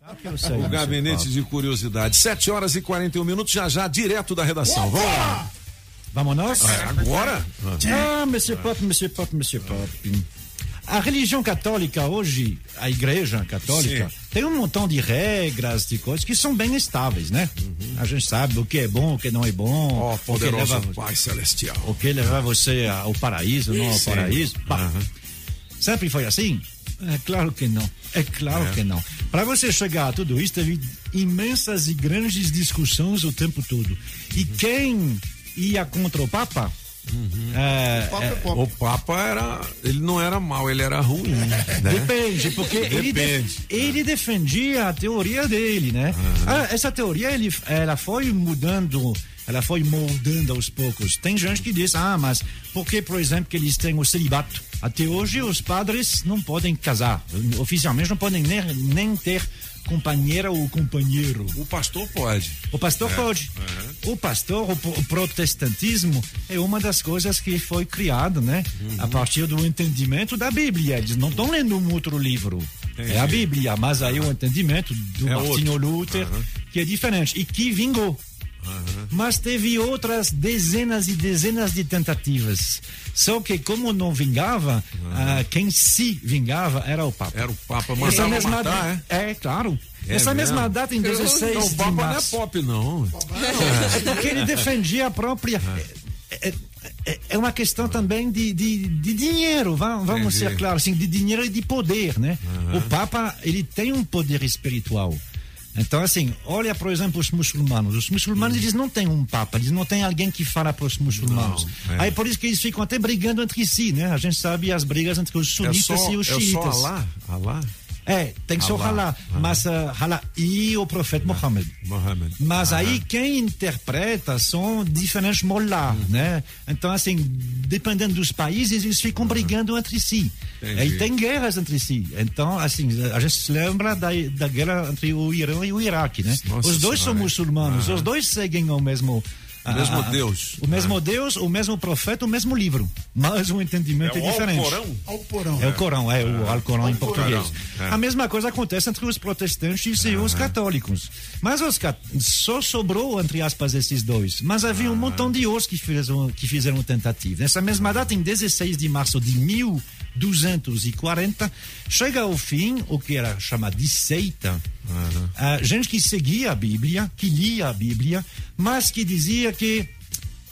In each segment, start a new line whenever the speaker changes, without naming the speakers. Tá, Eu sei.
O
eu sei.
gabinete de curiosidade. 7 horas e 41 minutos, já já, direto da redação. Vamos lá. É,
Vamos nós?
Agora?
Ah, Monsieur Pop, Monsieur Pop, Monsieur Pop. A religião católica hoje, a igreja católica,
Sim.
tem um montão de regras, de coisas que são bem estáveis, né? A gente sabe o que é bom, o que não é bom,
Uhum. Ó,
o, que
poderoso
leva,
Pai Celestial.
o que levar você ao paraíso, não ao paraíso. Pá. Sempre foi assim? É claro que não. É claro que não. Para você chegar a tudo isso, teve imensas e grandes discussões o tempo todo. E quem ia contra o Papa? é, é,
O Papa era. Ele não era mal, ele era ruim. Né?
Depende, porque ele,
Depende.
def- ele defendia a teoria dele, né? Ah, essa teoria ele, ela foi mudando, ela foi moldando aos poucos. Tem gente que diz, ah, mas por que, por exemplo, que eles têm o celibato? Até hoje os padres não podem casar, oficialmente não podem nem, nem ter companheira ou companheiro.
O pastor pode.
O pastor
É.
pode.
Uhum.
O pastor, o, pro- o protestantismo é uma das coisas que foi criada, né?
Uhum.
A partir do entendimento da Bíblia. Eles não estão lendo um outro livro. É a Bíblia, mas aí o entendimento do
Uhum. É
Martinho
outro. Uhum.
Luther, que é diferente e que vingou. Mas teve outras dezenas e dezenas de tentativas. Só que, como não vingava,
Uhum.
ah, quem se vingava era o Papa.
Era o Papa, mas
Essa
era
mesma
É, matar, é?
da- é? claro.
É
Essa mesma
mesmo?
data, em 16
Então, o
de
Papa não é
março.
pop, não.
É porque ele defendia a própria.
Ah.
É, é- é uma questão também de, de, de dinheiro, va- vamos
Entendi.
ser claros, assim, de dinheiro e de poder, né? O Papa, ele tem um poder espiritual. Então, assim, olha, por exemplo, os muçulmanos. Os muçulmanos,
Uhum.
eles não têm um Papa, eles não têm alguém que fala para os muçulmanos.
Não, é.
Aí, por isso que eles ficam até brigando entre si, né? A gente sabe as brigas entre os
É
sunitas
só,
e
é
assim, os
só
xiitas.
Alá? Alá?
É, tem que ser o
Allah.
Halá. Mas ah, Halá e o profeta Mohammed.
Mohammed.
Mas
Ah.
aí quem interpreta são diferentes molá,
Uhum.
né? Então, assim, dependendo dos países, eles ficam brigando entre si.
Uhum. Entendi.
E tem guerras entre si. Então, assim, a gente se lembra da, da guerra entre o Irã e o Iraque, né?
Nossa
os dois são
Senhora. Ah.
muçulmanos, os dois seguem o mesmo.
O mesmo Deus.
O mesmo Deus, o mesmo profeta, o mesmo livro. Mas o entendimento é, diferente.
Ao porão.
É o Corão, é o Alcorão em português.
Corão, é.
A mesma coisa acontece entre os protestantes e os católicos. Mas os cat... só sobrou, entre aspas, esses dois. Mas havia um montão de outros que fizeram, que fizeram tentativa. Nessa mesma data, em 16 de março de 1240, chega ao fim o que era chamado de seita. Ah, gente que seguia a Bíblia, que lia a Bíblia, mas que dizia que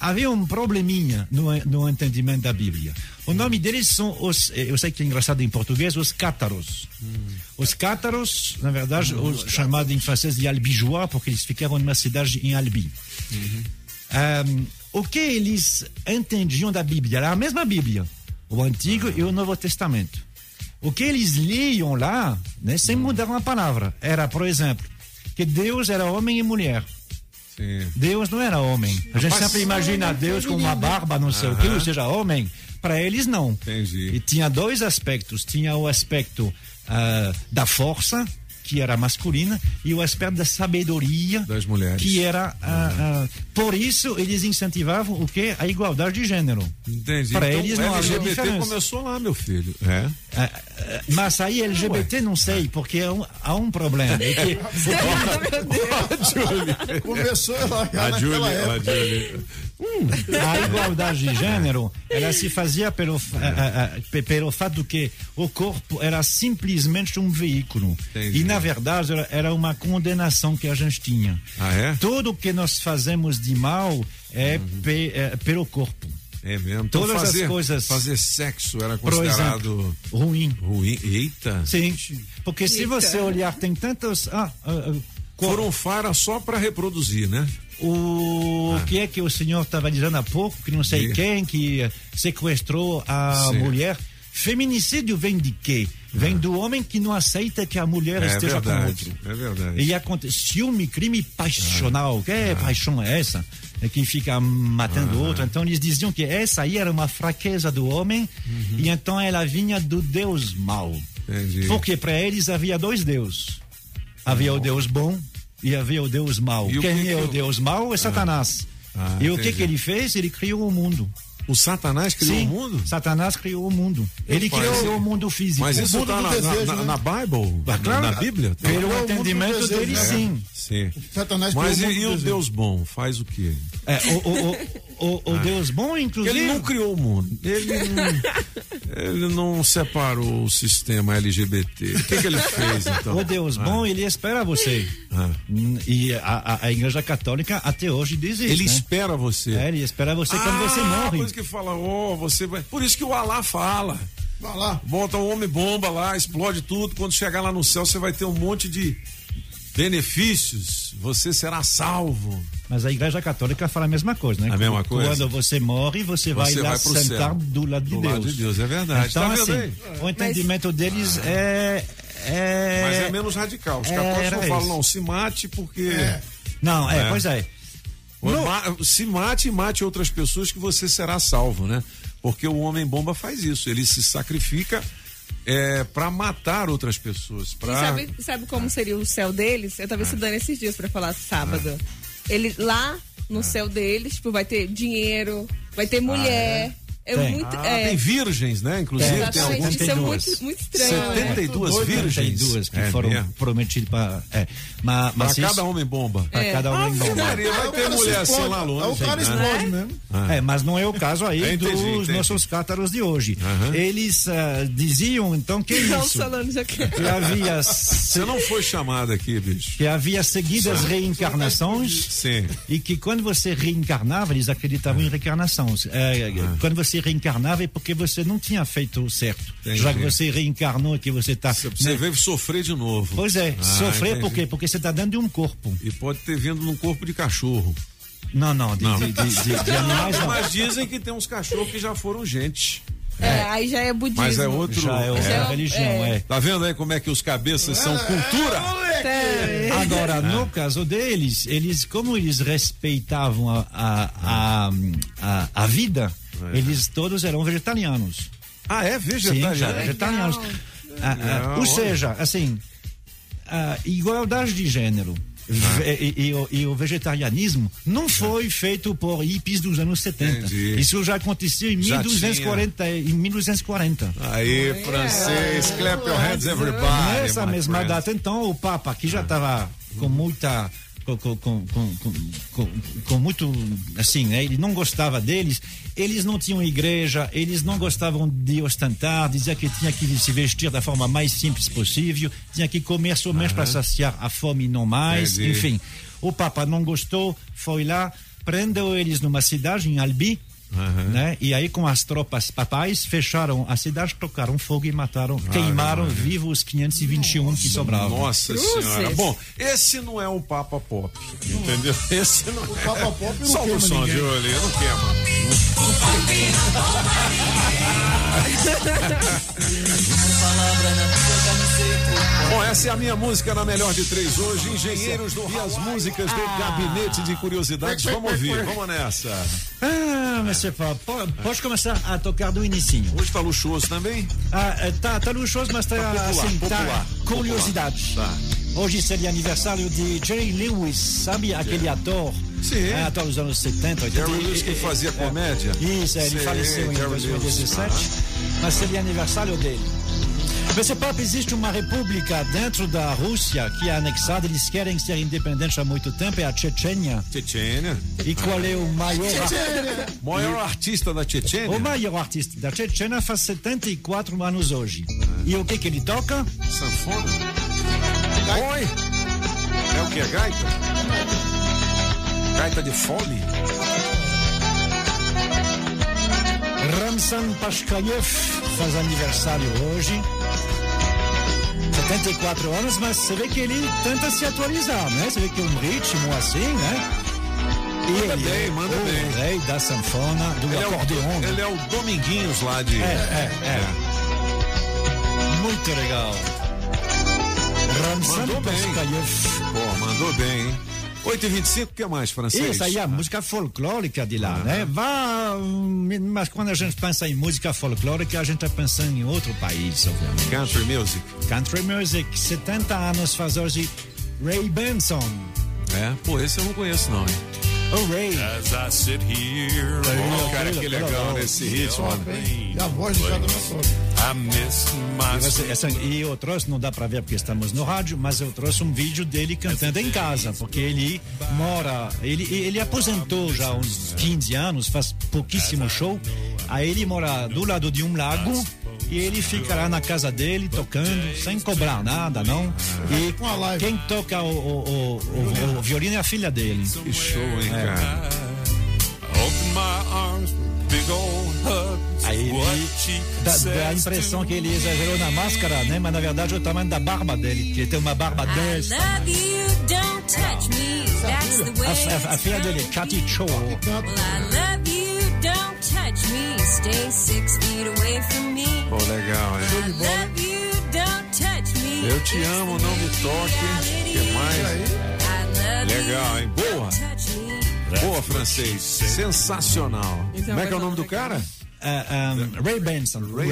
havia um probleminha no, no entendimento da Bíblia. O nome deles são os, eh, eu sei que é engraçado em português, os cátaros. Os cátaros, na verdade, os chamados em francês de albigeois, porque eles ficaram numa cidade em Albi. Ahm, o que eles entendiam da Bíblia? Era a mesma Bíblia, o Antigo e o Novo Testamento. O que eles liam lá, né, sem mudar uma palavra, era, por exemplo, que Deus era homem e mulher.
Sim.
Deus não era homem. A gente
Rapaz,
sempre imagina Deus com uma barba, não sei o que, ou seja, homem. Para eles, não.
Entendi.
E tinha dois aspectos. Tinha o aspecto ah, da força, que era masculina, e o aspecto da sabedoria,
Das mulheres.
que era. ah, ah, por isso, eles incentivavam o quê? A igualdade de gênero.
Entendi.
Para
Então,
eles
o
não havia
LGBT
diferença.
começou lá, meu filho. É.
Ah, ah, Mas aí LGBT não sei, porque há um, há um problema. É que
Começou lá já
A
naquela
Júlia,
época.
a Júlia.
a igualdade de gênero ela se fazia pelo fa- a- a- a- pe- pelo fato que o corpo era simplesmente um veículo
Entendi.
e na verdade era- era uma condenação que a gente tinha
Ah, é? Uhum.
tudo que nós fazemos de mal é, pe- é pelo corpo
É mesmo. Então,
Todas as
fazer,
coisas-
Fazer sexo era
por
considerado
exemplo ruim
ruim. Eita.
sim porque se você olhar tem tantos ah, ah, ah, cor-
Foram fara só para reproduzir, né?
o que é que o senhor estava dizendo há pouco, que não sei
Ah. Diga.
quem, que eh, sequestrou a
Sim. Ah.
mulher. Feminicídio vem de quê? Vem do homem que não aceita que a mulher
É
esteja com
verdade.
outro.
É verdade.
E acontece ciúme, crime passional.
Ah.
Que é paixão é essa? É que fica matando
Ah.
o outro. Então eles diziam que essa aí era uma fraqueza do homem e então ela vinha do Deus mau.
Uhum. Entendi.
Porque para eles havia dois deuses. Havia o Deus bom e havia o Deus mau.
E o
Quem
que
é
que
o
o-
Deus mau é Satanás.
Ah,
e o que,
entendi.
que ele fez? Ele criou o mundo.
O Satanás criou
Sim,
o mundo?
Satanás criou o mundo. Ele
pai.
criou o mundo físico.
Mas
O
isso
mundo
está
do
na,
desejo.
desejo,
na- na-
né?
na Bible?
Ah, claro.
na, na Bíblia? Tem-
Pelo
É o mundo do
entendimento
desejo,
dele,
né?
sim.
Sim.
Satanás
Mas e,
criou o
e
mundo do
o
desejo.
Deus bom faz o quê?
É, o, o- o- o-
Ah.
o Deus bom, inclusive.
Ele não criou o mundo. Ele não, ele não separou o sistema LGBT. O que, que ele fez, então?
O Deus bom, ele espera você.
Ah.
Hum, E a, a- a Igreja Católica até hoje diz isso.
Ele
né?
espera você.
É, ele espera você quando você
Ah,
morre.
Por isso que fala, ó, você vai. Por isso que o Alá fala.
Vai lá.
Bota um homem bomba lá, explode tudo. Quando chegar lá no céu, você vai ter um monte de benefícios. Você será salvo.
Mas a Igreja Católica fala a mesma coisa, né?
A mesma coisa?
Quando você morre, você, vai
Você
lá
vai pro
sentar
céu.
do lado de
Do
Deus.
lado de Deus, é verdade.
Então,
Tá vendo
assim,
aí? Ah.
o entendimento deles é. é-
Mas é, menos radical. Os
é,
católicos
era
não falam,
isso.
não, se mate porque.
Não, é,
É.
pois é. Não.
Ma- Se mate e mate outras pessoas que você será salvo, né? Porque o homem bomba faz isso, ele se sacrifica é, para matar outras pessoas.
E
Pra...
sabe, sabe como seria o céu deles? Eu tava estudando esses dias pra falar sábado. Ele lá no céu deles, tipo, vai ter dinheiro, vai ter mulher. é.
Tem.
muito.
Ah,
é,
tem virgens, né? Inclusive, tem
exatamente.
alguns.
Isso é
72.
muito, muito estranho, né?
72 virgens.
32 que
É
foram
mesmo.
prometidas para. É, mas,
Pra
mas
cada um homem bomba.
É.
Para cada um em
Ave
volta.
Maria, vai
Aí É o
ter
cara se
mulher assim
explode.
lá longe.
Aí o cara
né?
explode mesmo.
É, mas não é o caso aí
Eu entendi,
dos
entendi.
nossos cátaros de hoje.
Aham.
Eles ah, diziam então que
Então,
isso,
Solano já quer.
que havia
Você não foi chamado aqui, bicho.
que havia seguidas reencarnações
Sim.
e que quando você reencarnava, eles acreditavam em reencarnação. É, Quando você reencarnava é porque você não tinha feito o certo.
Entendi.
Já que você reencarnou, que você está.
Você veio sofrer de novo.
Pois é,
Ah,
sofrer por
entendi.
quê? Porque você está dando de um corpo.
E pode ter vindo num corpo de cachorro.
Não, não, de,
Não. É
de- de- de- de animais não.
Mas dizem que tem uns cachorros que já foram gente.
É, aí já é budismo.
Mas é outro.
Já é outra
É.
religião,
É.
é.
Tá vendo aí como é que os cabeças são cultura?
É.
Agora, no caso deles, eles, como eles respeitavam a, a, a, a, a vida, eles todos eram vegetarianos.
Ah, é
Sim, já,
vegetariano.
vegetarianos. Ah, ah,
Legal,
ou
olha.
seja, assim, a igualdade de gênero.
Ah.
ve- E, e o- e o vegetarianismo não foi feito por hippies dos anos 70.
Entendi.
Isso já aconteceu em
Já
1240. Em 1240.
Aí, francês, clap your hands everybody.
Nessa
my
É, mesma
friends.
data, então, o Papa, que já estava com muita. Com, com, com, com, com- com- com muito. Assim, né? ele não gostava deles, eles não tinham igreja, eles não gostavam de ostentar, dizia que tinha que se vestir da forma mais simples possível, tinha que comer somente para saciar a fome e não mais,
Entendi.
enfim. O Papa não gostou, foi lá, prendeu eles numa cidade, em Albi,
Aham.
né? E aí com as tropas papais fecharam a cidade, tocaram fogo e mataram, queimaram vivos os 521 que sobravam.
Nossa
Cruzes.
senhora. Bom, esse não é um Papa Pop, entendeu? Esse não é.
Papa Pop não
Solta o
queima
som
ninguém.
de olho, aí, não queima. Bom, essa é a minha música na melhor de três hoje, Engenheiros do Rio, as músicas do
Ah.
Gabinete de Curiosidades. Vamos ouvir, vamos nessa.
Ah, mas você fala, po- pode começar a tocar do inicinho.
Hoje tá luxuoso também?
Ah, é, tá, tá luxuoso, mas tá,
popular,
assim,
popular,
tá curiosidade.
popular.
Hoje seria aniversário de Jerry Lewis, sabe aquele ator?
Sim.
É, ator dos anos 70, 80.
Jerry Lewis que fazia comédia?
é. Isso, ele
Sim,
faleceu em
Jerry Lewis.
2017, mas seria aniversário dele. Mas esse papo existe uma república dentro da Rússia que é anexada, eles querem ser independentes há muito tempo, é a Chechênia.
Tchetchênia.
E qual é o maior,
Maior artista da Tchetchênia?
o maior artista da Chechênia faz 74 anos hoje. E o que que ele toca?
Sanfona? Oi! É o que? Gaita? Gaita de fole?
Ramsan Pashkayev faz aniversário hoje. 74 anos, mas você vê que ele tenta se atualizar, né? Você vê que é um ritmo assim, né? E é
Manda bem, manda
o
bem.
rei da sanfona, do
Ele é,
acordeon. né?
o, ele é o Dominguinhos lá de.
É, é, é. Muito legal. Ramsan
Mandou bem.
Pashkayev.
Pô, mandou bem, hein? 8h25, o que mais, francês?
Isso aí é a música folclórica de lá, né? Vá, hum, mas quando a gente pensa em música folclórica, a gente está pensando em outro país, obviamente.
Country Music.
Country Music, 70 anos faz hoje Ray Benson.
É, pô, esse eu não conheço, não, hein?
Hooray!
As I sit here
Pô, cara,
trilha,
que
pela
legal
voz.
nesse ritmo.
Top, hein? E a voz do é Thiago Massotti.
I miss my
Essa, essa- e eu trouxe, não dá para ver porque estamos no rádio, mas eu trouxe um vídeo dele cantando em casa, porque ele mora, ele, ele aposentou já há uns 15 anos, faz pouquíssimo show. Aí ele mora do lado de um lago e ele fica lá na casa dele tocando, sem cobrar nada, não. E
Uma live.
quem toca o, o- o- o- o violino é a filha dele.
Que show, hein, cara?
Open my arms, big old hug.
Aí
What
ele
she
dá, dá a
says
impressão
to
que ele exagerou na máscara, né? Mas na verdade é o tamanho da barba dele, que ele tem uma barba
I
dessa.
love you, don't touch me. That's the way.
A, a- a filha dele, Katy Cho.
Canta.
Well, I love you, don't touch me. Stay six feet away from me.
Pô, legal, hein?
I love you, don't touch me.
Eu te amo, não me toque. que mais? Legal, hein? Boa.
É.
Boa, francês. Sensacional.
Então,
Isso é
Como é
uma
que é o nome
coisa
do cara?
Ah, ah, Ray Benson. Ray,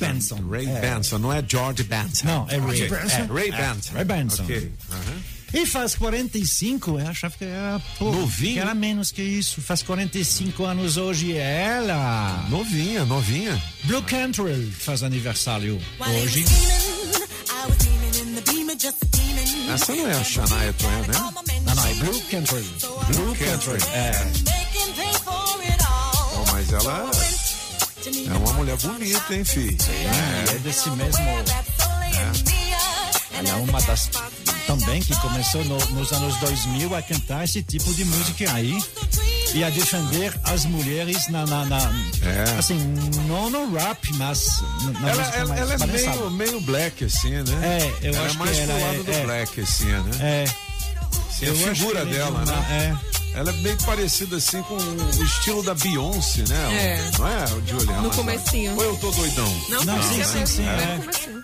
Benson.
Ray
É.
Benson, não é George Benson.
Não, é Ray.
Benson?
É.
Ray Benson.
Ray Benson.
Ok. Aham.
E faz 45, eu achava que era pouco,
Novinho?
que era menos que isso. Faz 45 anos hoje é ela.
Novinha, novinha.
Blue Cantrell faz aniversário hoje.
Hoje.
Essa não é a Shania eh, Twain, né?
Não, não, é Blue Cantrell.
Blue Country. eh.
É.
Bom, mas ela é uma mulher bonita, hein, filho?
É desse mesmo.
uh,
Ela é uma das também que começou no- nos anos 2000 a cantar esse tipo de música aí e a defender as mulheres na, na, na-
É.
assim não no rap mas na- na
Ela,
música
ela-
mais
ela é
balançada.
meio, meio black, assim, né?
É, eu
ela
acho
é mais
que ela
pro
é-
lado do
é.
black, assim, né?
É,
Assim,
eu acho
a
que
figura
ela é
dela,
de uma-
né? Ela é bem parecida assim com o estilo da Beyoncé, né?
É.
Não é, Julia?
No
Amazon?
comecinho.
Ou eu tô doidão?
Não,
Não,
não,
sim, sim, sim, é.
né? assim?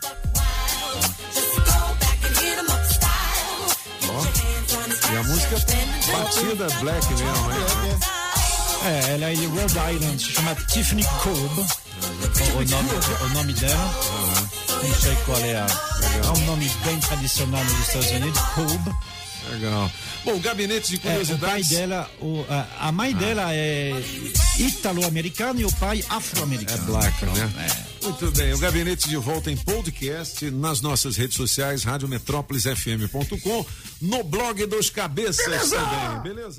E a música é batida black mesmo, né?
É, ela é de Rhode Island, se chama Tiffany Cobb, o nome, o nome dela. Não sei qual é a. É um nome bem tradicional nos Estados Unidos, Cobb.
Legal. Bom, o gabinete de
É, o pai
curiosidades. Ah.
dela, o, a, a mãe dela é ítalo-americana e o pai afro-americano.
Black, né?
É.
Muito bem, o gabinete de volta em podcast nas nossas redes sociais, radiometrópolisfm.com, no blog dos cabeças também, beleza?